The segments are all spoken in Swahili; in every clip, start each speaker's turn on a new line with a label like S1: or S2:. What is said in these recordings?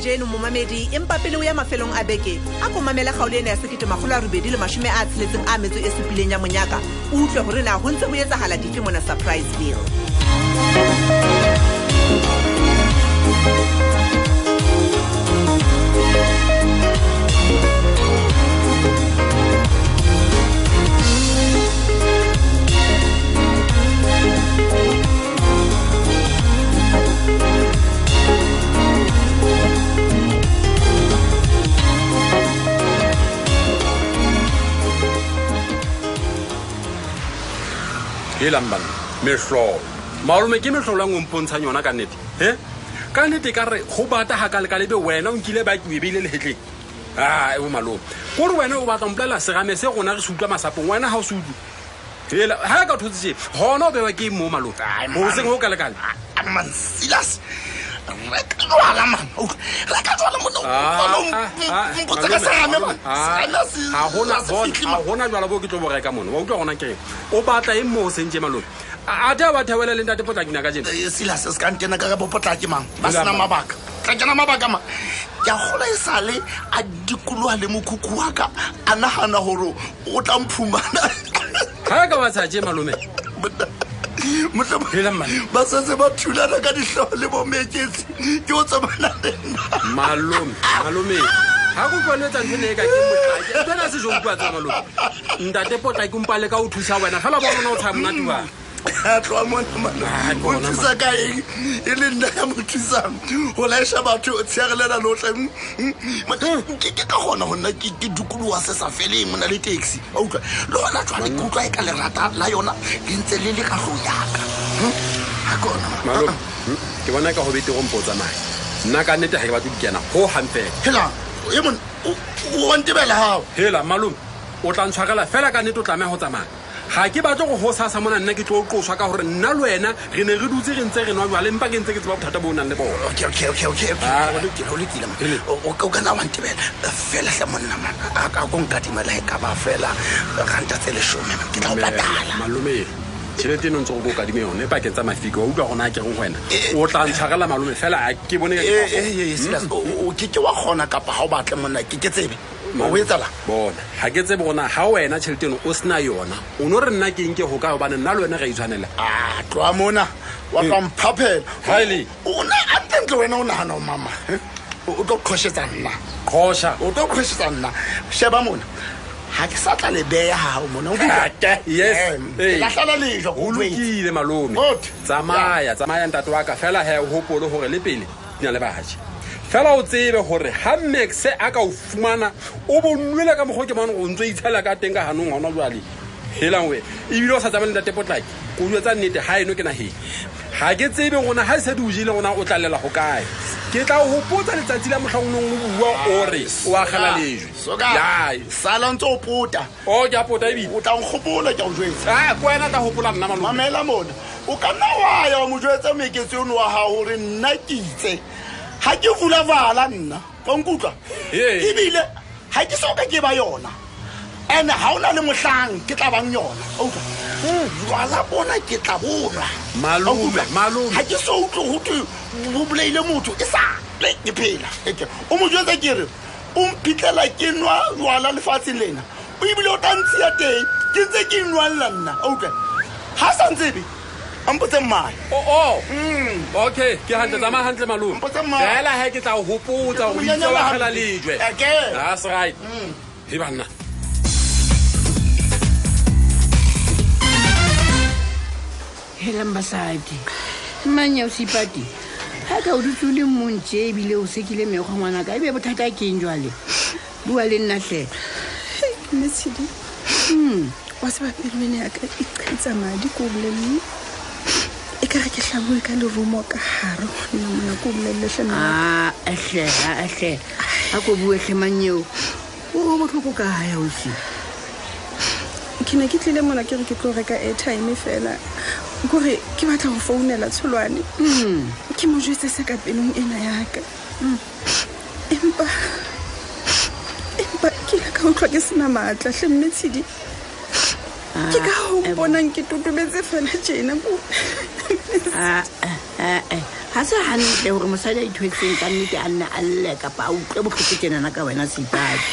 S1: jeno momamedi empa pele o ya mafelong a beke a ko mamela kgaolo ena ya sekete magolo a robedi le mashome a tsheletseng a metso e supileng ya monyaka o utlwe gore na go ntse go etsagala dife mona surprise bill
S2: helang banna metlholo maolome ke metlholo ang o mpontshang yona ka nnete he ka nnete ka re go bata ga ka lekalebe wena o nkile baki o e beile legetleng ae e bo malome kore wena o batla mpolela serame se rona re se utlwa masapong wena ga o se utlwe hela ga e ka thotse se gona o bewa ke eng mo malome go seng go ka lekale
S3: mansilas reka jwala man reka jwala
S2: Ah,
S3: ah,
S2: ah, ga gona jwala bo ke tlo boreka mone wa utlwa gona kereng o batla eng mo go sentse malome a te a ba theoela leng tate potlakina ka jena
S3: Eh, silas se ka ntena ka bopotla ke mang ba sena mabaka tla kena mabaka ma ke a gola e sale a dikologa le mokhukhu wa ka a nagana gore o tla mphumana
S2: ga ka batsaje malome Helang man.
S3: ba setse ba thulana ka ditlhogo le bomeketsi ke o tsamana le nna
S2: malome malome ga ko kwanetsa ntho ne e ka ke motlaki ntona se jo kua tsa malome ntate potlaki mpale ka o thusa wena fela ba rona o tshaya monatiwa
S3: a tloa monamana
S2: Ah, ke
S3: o
S2: ona
S3: thusa ka eng e le nna ka mo thusang go laesa batho o tshegelela lotlhe Mm, mm. Ma- ke ke ka gona go nna ke ke dukologa se sa feleng mo na le taxi a utlwa le gona jwale ke utlwa e ka lerata la yona le ntse le le katlho yaka a kona
S2: malome hm, ke bona ka go bete go mpo tsamaya nna ka nnete ga ke batlo dikena go gampela
S3: helang e mone o wantebela gago
S2: hela malome o tla ntshwarela fela ka nnete o tlameya go tsamaya ga ke batlo go gosasa mona nna ke tlo o qoswa ka gore nna le wena re ne re dutse re ntse re nwa jwale mpa ke ntse ke tseba bothata bo o nang le bona
S3: okay okay okay okay okay o lokile o lokile man.
S2: Ele.
S3: O- o ka o ka nna wa ntebela fela hle monna man a ka ko nkadimela e ka ba fela ranta tse lesome man. ke tla o patala
S2: Eh, malome tšhelete e no ntse go bo o kadime yone pakeng tsa mafiko wa utlwa gona a kereng go wena
S3: Eh,
S2: o tla ntshwarela malome fela ha ke bone ka ke
S3: Eh, eh, eh, Silas, o o keke wa kgona kapa ga o batle monna ke ke tsebe o etsala
S2: bona ga ke tsebe gona ga wena tšhelete eno o sena yona o no re nna ke eng ke go ka gobane nna le wena ga itshwanela
S3: a tloa mona wa ka mphapela
S2: Ha ele.
S3: O- o na- antlentle wena o nagana o mama eh? o o tlo kgosetsa nna
S2: kgoša
S3: o tlo kgosetsa nna sheba mona ga ke sa tla lebeya gago mona o
S2: Ah, ke- yes, eh.
S3: latlhela lejo
S2: o lokile malome
S3: Good.
S2: tsamaya tsamaya ntate wa ka fela he o gopole gore le pele di na le baje fela o tsebe gore ga max a ka o fumana o bonwele ka mokgwa o ke mane go ntse o itshela ka teng ka ganong gona jale helang wena ebile o sa tsamaye le ntate potlaki koduo tsa nnete ga eno ke nageng ga ke tsebe gona ga e se di o jele gona o tlalela go kae ke tla o gopotsa letsatsi la motlhangonong o bua ore o agela lejwe Yae.
S3: sala ntse o pota
S2: o ke a pota ebile
S3: o tla nkgopola ke a o jwetsa
S2: a ko wena tla gopola nna malome
S3: mamela mona o ka nna wa ya wa mo jwetsa meketsi ono wa gago gore nna ke itse ga ke vula vala nna ka nkutlwa
S2: Ee.
S3: ebile ga ke soka ke ba yona and-e ga o na le motlhang ke tla bang yona Ka utlwa? jwala bona ke tla bonwa
S2: Malome, malome.
S3: ga ke so utlwe gote bo bolaile motho e sale ke phela Eke, o mo jwetsa ke re o mphitlhela ke nwa jwala lefatsheng lena o ebile o tantsi ya teng ke ntse ke nwalela nna a utlwa ga sa ntsebe a mpotse mmane
S2: Oh, oh.
S3: Mm.
S2: okay ke hantle tsamaya hantle malome
S3: Mpotse mma.
S2: fela he ke tla o hopotsa go itse
S3: Mm. Monyanya wa Eh. Mm.
S2: wa fela
S3: hampe.
S2: lejwe
S3: Eke.
S2: that's right he banna
S4: helang basadi mmanya o sepati ga ka o dutse o le montse ebile o sekile mekgwa ngwanaka ebe bothata ke eng jwale bua le nna tlhe
S5: metshedi wa sebapelone yaka e qhetsa madi ko bolelele e ka re ke tlhaboe ka lerumo ka gare gonna mona ko bolelele
S4: Ah.
S5: tlhe
S4: atlhe atlhe a ko bue tlhe mannyeo o botlhoko ka ya osi
S5: ke ne ke tlile mona ke re ke tlo reka airtime fela kore ke batla go founela tsholwane ke mo jetse se ka pelong ena yaka empa empa ke ile ka utlwa ke sena maatla tlhe mme tshedi ke ka
S4: eh,
S5: go bonang ke totobetse fela jena
S4: ae ga se gantle gore mosadi a ithoetseng ka nnete a nne a lle kapa a utlwe botlhoko kenana ka wena seipadi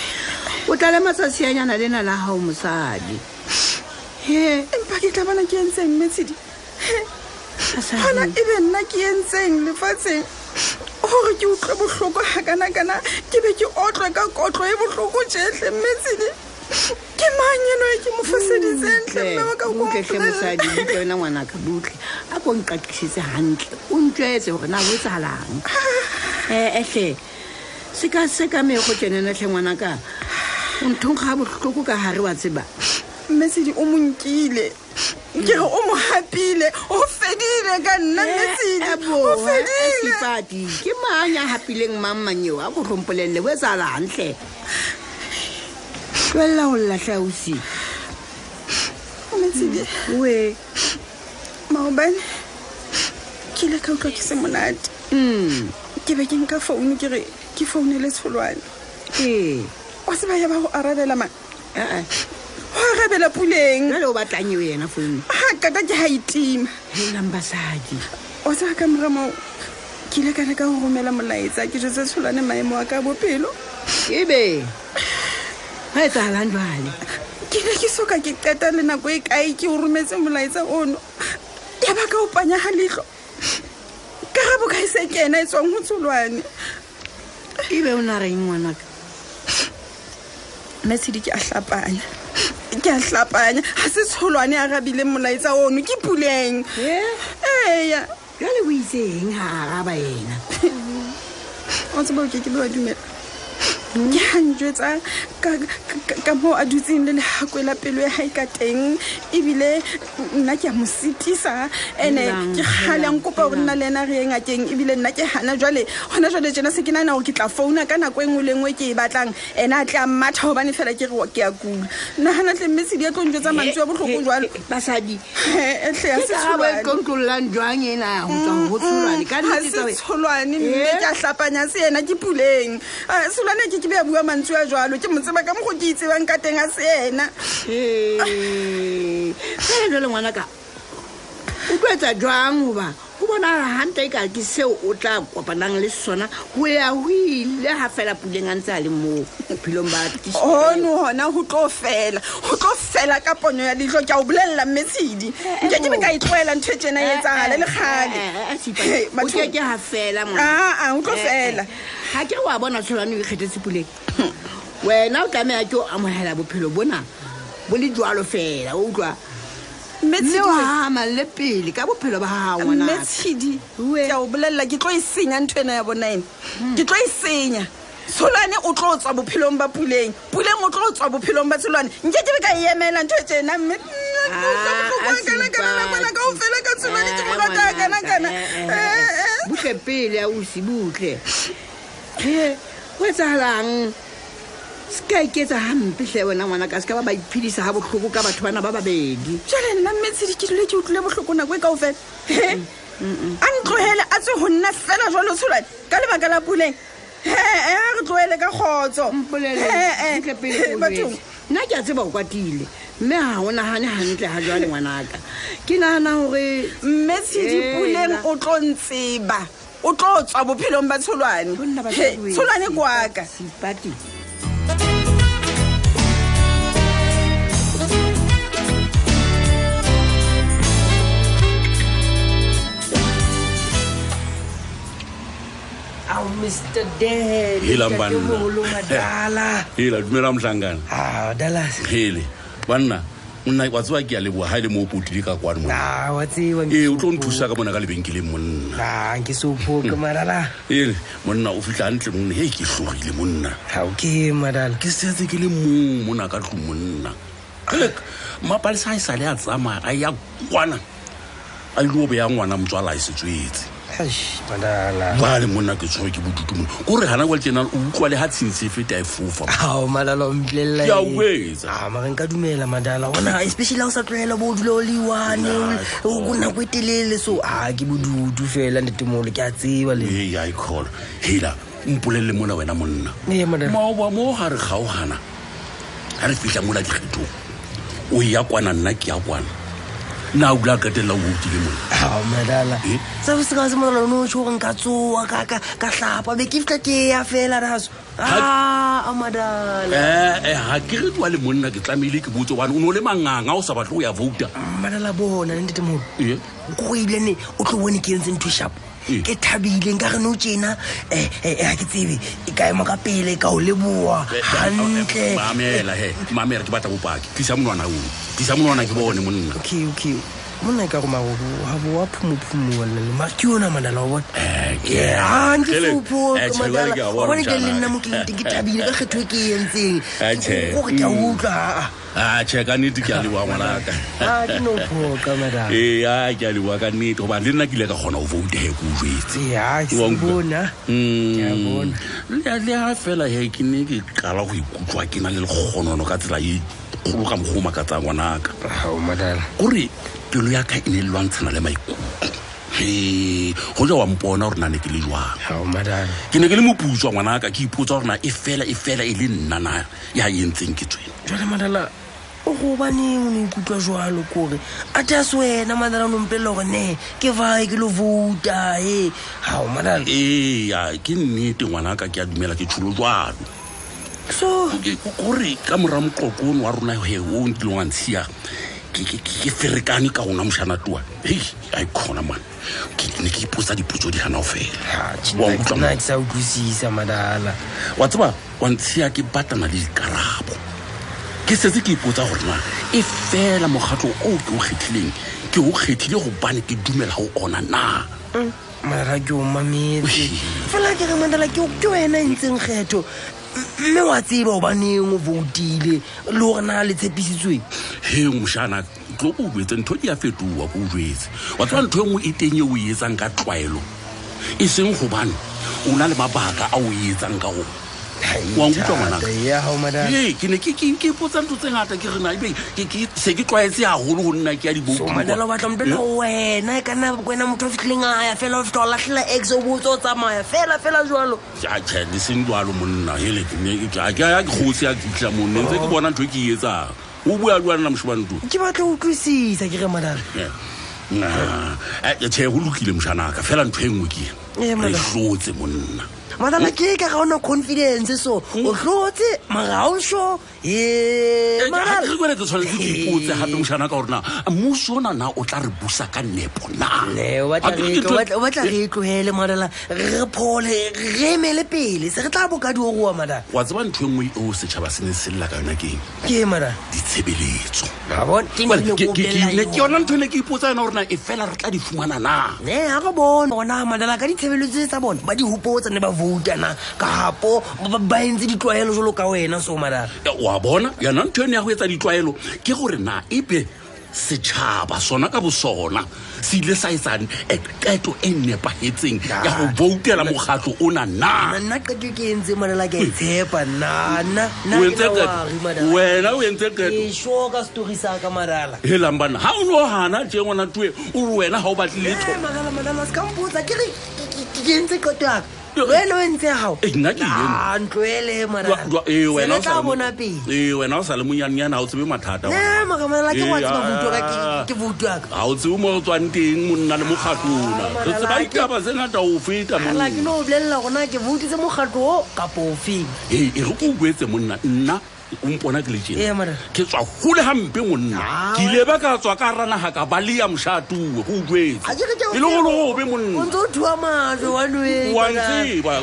S4: o tlale matsatsianyana lena la gago mosadi he
S5: empa ke tla bona ke entseng metshedi
S4: basadi.
S5: gona e be nna ke entseng lefatsheng gore ke utlwe botlhoko gakanakana ke be ke otlwe ka kotlo e botlhoko jetlhe mmetshedi ke manyeno e ke mo
S4: Mm,
S5: foseditsentle mme wa ka
S4: butlhetlhe mosadi
S5: kompolele
S4: butle wena ngwanaka butle a ko nqatlisitse gantle o ntlwetse gore na o e tsagalang
S5: Ah.
S4: eetlhe se ka se ka mego tsenenetlhe ngwanaka o nthong ga botlhoko ka gare wa tseba
S5: mmetshedi o monkile ke re o mo gapile o fedile ka nna
S4: Eh,
S5: mmetshedi o fedile
S4: sepadi eh, ke mang a gapileng mang manyeo a ko tlhompolelele o e tsagalantle tloelela o llatlhaosi
S5: mmetshedi
S4: oe
S5: maobane ke ile ka utlwa ke se monate
S4: um
S5: ke be ke nka founu ke re ke founele tsholwane
S4: ee
S5: wa tseba ya ba go arabela ma
S4: ee
S5: go arabela puleng
S4: jale o batlang eo yena founu
S5: ga kaka ke ga itima
S4: helang basadi
S5: wa tseba ka mora moo ke ile ka leka go romela molaetsa ke jetse tsholwane maemo a ka a bophelo
S4: ebe ga e tsagalang jale
S5: ke ne ke soka ke qeta le nako e kae ke o rometse molaetsa ono ya ba ka opanya ga leitlho karabo ka e se ke ena e tswang go tsholwane
S4: ebe o na reng ngwanaka
S5: nna tshedi ke a tlapanya ke a tlapanya ga se tsholwane a rabile molaetsa ono ke puleng
S4: e
S5: eya
S4: jale o itseng ga araba ena
S5: o tsebao ke ke be wa dumela ke ganjwetsa ka moo a dutseng le lehakwe la pelo ya gae ka teng ebile nna ke a mo setisa and-e
S4: Helang,
S5: ke galang
S4: helang,
S5: kopa gore nna
S4: helang.
S5: le ena re ye ngakeng ebile nna ke gana jale gona jale jena se ke nagana gore ke tla founa ka nako e nngwe le nngwe ke e batlang ene a tla matha gobane fela ke re wa- ke a kula nagana tle mme sedi a tlo njwetsa mantsi wa botlhoko jalo
S4: basadi
S5: etlhe ya
S4: ke karabo e
S5: setshwane
S4: tlontlololang jwang ena ya go tswa go go tsholwane ka
S5: ga
S4: nnete tsa
S5: se
S4: wena.
S5: tsholwane mme
S4: Eh?
S5: ke a tlapanya se ena ke puleng Ah, solwane ke ke be a bua mantswe a jalo ke motseba ka mogo ke itsebang ka teng a se ena
S4: Ee. fela jale ngwanaka o tloetsa jwang goba go bonagala ganta e ka ke seo o tla kopanang le sona go ya go ile ga fela puleng a ntse a le mo bophelong ba tiso.
S5: ono gona go tlo fela go tlo fela ka ponyo ya leitlho ke a o bolelela mmetshedi
S4: Eh,
S5: nke ke be
S4: oh.
S5: ka e tloela ntho e tsena e etsagale le gale Hey,
S4: o
S5: batho-
S4: eh, ke ke ga fela ngwana.
S5: aa go tlo
S4: Eh,
S5: fela
S4: eh, ga ke re wa bona tsholwane o ikgethetse puleng wena o tlameya ke o amogela bophelo bona bo le jalo fela o utlwa mme o
S5: mmetshedi
S4: gagamang le pele ka bophelo ba gago ngwanaka
S5: mmetshedi
S4: Uwe.
S5: ke a o bolelela ke tlo e senya ntho ena ya bonaene ke tlo e senya tsholwane o tlo tswa bophelong ba puleng puleng o tlo tswa bophelong ba tsholwane nke ke be ka e emela ntho e tsena mme
S4: Ah, a
S5: kana ka ofela ka tsholwane ke
S4: Eh,
S5: morata
S4: ngwanaka,
S5: kanakana
S4: eh, eh, eh. butle pele a osi butle e go etsagalang se ka iketsa gampe tle wena ngwanaka se ka ba ba iphedisa ga botlhoko ka batho bana ba babedi
S5: jale nna mmetshedi ke dule ke utlwile botlhoko nako e ka ofela
S4: Mm,
S5: a ntlogele a tswe go nna fela jalo tsholwane ka lebaka la puleng ee a re tloele ka kgotso Eh, eh,
S4: mpolelele pele o
S5: bathong
S4: jwetse. nna ke a tseba o kwatile mme ga go nagane gantle ga jwale ngwanaka ke nagana gore
S5: mme tshedipuleng
S4: Hela.
S5: o tlo ntseba o tlo tswa bophelong ba tsholwane He, tsholwane kwaka
S4: sipati
S6: ao mr dan
S3: Helang banna.
S6: dala
S3: hela dumela mohlankana
S6: ao dalas
S3: hele banna monna wa tseba ke a leboa ga e le mo o potile ka kwane mona
S6: a wa tseba
S3: ee o tlo nthusa ka mona ka lebenkeleng monna
S6: a nke sophoka madala
S3: ele monna o fitlha ntle monna e ke tlogile monna
S6: ga o ke madala
S3: ke setse ke le mong mona ka tlong monna ele mmapalesa a e sale a tsamaya a ya kwana e a ile o beya ngwana motswala a e setswetse
S6: Eish, madala
S3: jale monna ke tshwere ke bodutu monna kore gana kwa le tena o utlwa le ga tshintse e feta e fofa
S6: ao madala o mpolelela
S3: Ke a
S6: eng?
S3: wetsa.
S6: Ah, mara nka dumela madala ona especially ha o sa tlwaela bo o dula o le one o- o- o nako e telele Ah, so a ke bodutu fela netemolo ke a tseba le
S3: ee a ikgola hela mpolelele mola wena monna
S6: Ee, madala.
S3: maoba mo ga re kgaogana ga re fitlha mola dikgethong o ya kwana nna ke ya kwana na o dula a qetelela o otile mona
S6: ao madala
S3: Eh?
S6: sabo se ka se moralone o tsho gore nka tsoa ah, ka- ka ka hlapa be ke fitlha ke ya fela raso a madala
S3: ee ga Eh, ke re twa le monna ke tlamehile ke botse obane o ne o le manganga o sa batle go ya vouta
S6: madala bona le ntetemolo
S3: Ee.
S6: ko ebilane o tlo bone ke entse ntho shapo
S3: Ee.
S6: ke thabileng ka re no tjena eh, eh, ga ke tsebe e ka ema ka pele ka o leboa gantle
S3: mamela he mamela ke batla bopaki tlisa monwana oo tlisa monwana ke bone monna
S6: okay okay monna e ka go magogo ga bo wa phumophumolela mara ke yona madala wa bona
S3: Eh,
S6: Ah, obane ke le nna mo kelenteng ke tabile ka kgetho e ke e entseng
S3: Ah, tjhe.
S6: gore ke a
S3: Mm.
S6: utlwa aa
S3: ache ka nnete Ah, ke a leboa ngwanaka
S6: Ah, ke no phoka madala
S3: ee a ke a leboa ka nnete gobane le nna ke ile ka kgona go voute he ke o jetse
S6: ya Eh, ke
S3: Eh, Wa
S6: se
S3: utlwa.
S6: bona a
S3: Mm.
S6: bona.
S3: le le ha fela he ke ne ke qala go ikutlwa ke na le lekgonono ka tsela e kgolo ka mokgwa o makatsang ngwanaka
S6: ao madala
S3: kore pelo ya ka e ne e lwantshana le maikutlo e go ja wa mpona gore na ne ke le jwang
S6: ao madala
S3: ke ne ke le moputswa ngwanaka ke ipotsa gore na e fela e fela e le nna na ya e ntseng ke tswene
S6: jale madala o go baneng o ne ikutlwa jalo kore a te a se wena madala o nompelela gore ne ke vae ke lo vouta e ao madala
S3: ee ke nnete ngwanaka ke a dumela ke tsholo jalo
S6: so
S3: Ke- gore ka mora moqokono wa rona he o ntileng wa ntshiya ke- ke ke ferekane ka ona mošana tuwa hei a ikgona mane ke ne ke ipotsa dipotso di ganao fela Wa utlwa
S6: nna ke sa utlwisisa madala
S3: wa tseba wa ntshiya ke batana le dikarabo ke setse ke ipotsa gore na e fela mogatlho oo ke o kgethileng ke o kgethile gobane ke dumela go ona na
S6: madala ke o mametse
S3: Wee.
S6: fela ke re madala ke ke wena e ntseng kgetho M- mme wa tseba obaneng o voutile le gore na le tshepisitsweng
S3: he mošana tlo ko o boetse ntho di a fetoa ko o jetse wa tseba ntho e nngwe e teng e o e etsang ka tlwaelo e seng gobane o na le mabaka a o e etsang ka gona Wa nkutlwa ngwanaka?
S6: ya gao madala
S3: ee ke ne ke ke- ke ipotsa ntho tse ngata ke rena ebe ke- ke- se ke tlwaetse gagolo go nna ke ya
S6: So, madala o batla mpela wena e ka nna wena motho o fitlhileng a ya fela o fitlha o latlhela ex o botse o tsamaya fela fela jalo
S3: le seng jalo monna hele ke ne- ke- ha ke ya kgosi ya kitla monne ntse ke bona ntho e ke e etsang o bua lwana moshobane to
S6: ke batla ho utlwisisa ke re madala
S3: Eh, tšhe go eh, lokile mošanaka fela ntho e nngwe ke
S6: Ee,
S3: re
S6: madala.
S3: tlotse monna Hm?
S6: madala ke e ka ga ona confidence so o tlotse marao so E,
S3: Eh, ha ke
S6: emadala
S3: re kwele ke tshwanetse ke ipotse gape mošana ka gorena mmuso ona na o tla re busa ka nepo na
S6: Ne, Eh, o batla
S3: Ha ke re
S6: re
S3: ke Eh. tlo-
S6: tlo- o batla re e tlogele madala re phole re emele pele se re tla boka di oroa madala
S3: wa tseba ntho e nngwe eo setšhaba se ne se lela ka yona keng
S6: ke e, madala
S3: ditshebeletso
S6: Wa bona? Ke
S3: Well,
S6: ntho
S3: ke-
S6: e ne ke o
S3: ke-
S6: bolella
S3: ke- ke
S6: yona.
S3: yona ntho e ne ke ipotsa yona gorena e fela re tla di fumana na
S6: ne ga re bone gona madala ka ditshebeletso tse tsa bona ba di hopotsa ne ba voutana kapo ba- ba entse ditlwaelo jalo ka wena so madala
S3: Eh, wa bona yana ntho eno ya go etsa ditlwaelo ke gore na ebe setšhaba sona ka bosona se ile sa etsang eh, qeto e nepagetseng ya go voutela mokgatlho ona na
S6: nna qeto e ke entse madala ke a itshepa nna nna nna
S3: O
S6: ke
S3: entse
S6: la
S3: qeto?
S6: wari, madala.
S3: Wena o entse qeto?
S6: Ke sure ka story sa ka madala
S3: helang bana ga o ne o gana je ngwana tue o re wena ga o batlile
S6: Eh, madala madala se ka mpotsa ke re ke- ke- ke- ke entse qeto yaka
S3: Yo, eh.
S6: wena o entse gao
S3: Eh, nna ke eng?
S6: ntloele
S3: eh,
S6: madala tla bona pele
S3: ee wena o sa le monyanenyana ga o tsebe mathata
S6: ne makamadala ke wa tseba
S3: Eh,
S6: voutwa ka
S3: ah.
S6: ke- ke voutwaka
S3: ga o tsebe mo re tswang teng monna le mokgatlona re
S6: Madala,
S3: tseba
S6: ke-
S3: ditaba tse ngata o feta
S6: ala
S3: monna.
S6: ke no o bolelela gona ke voutitse mokgatlho o kapo ofeng
S3: ee e re ko boetse monna nna o mpona ke le
S6: Ee,
S3: tjena
S6: Morena.
S3: ke tswa gole gampe monna ke ile ba ka tswa ka ranaga ka balea mošatuwe go
S6: Ha ke re ke
S3: utlwetse
S6: o
S3: e le go
S6: tseba.
S3: le gobe
S6: o
S3: monna
S6: ntse o thua majwe
S3: wa ntseba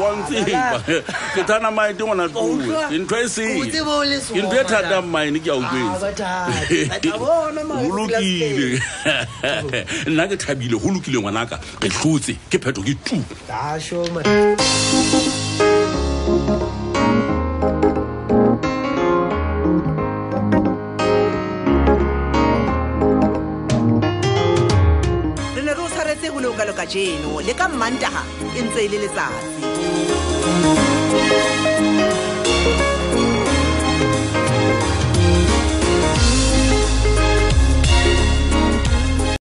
S3: wa ntseba ke thana maete ngwana tue
S6: utlwa?
S3: ke ntho e
S6: O tseba o le
S3: sele ke ntho
S6: sehlooho,
S3: e
S6: Morena.
S3: thatang maine ke a
S6: Ah, ba thata. Ba tla bona
S3: utlwetse
S6: mare
S3: go lokile nna ke thabile go lokile ngwanaka ke tlotse ke pheto ke tu
S6: wanwe
S1: re ne re o tshwaretse go le o kalo ka jeno le ka mmantaga e ntse e le letsatsi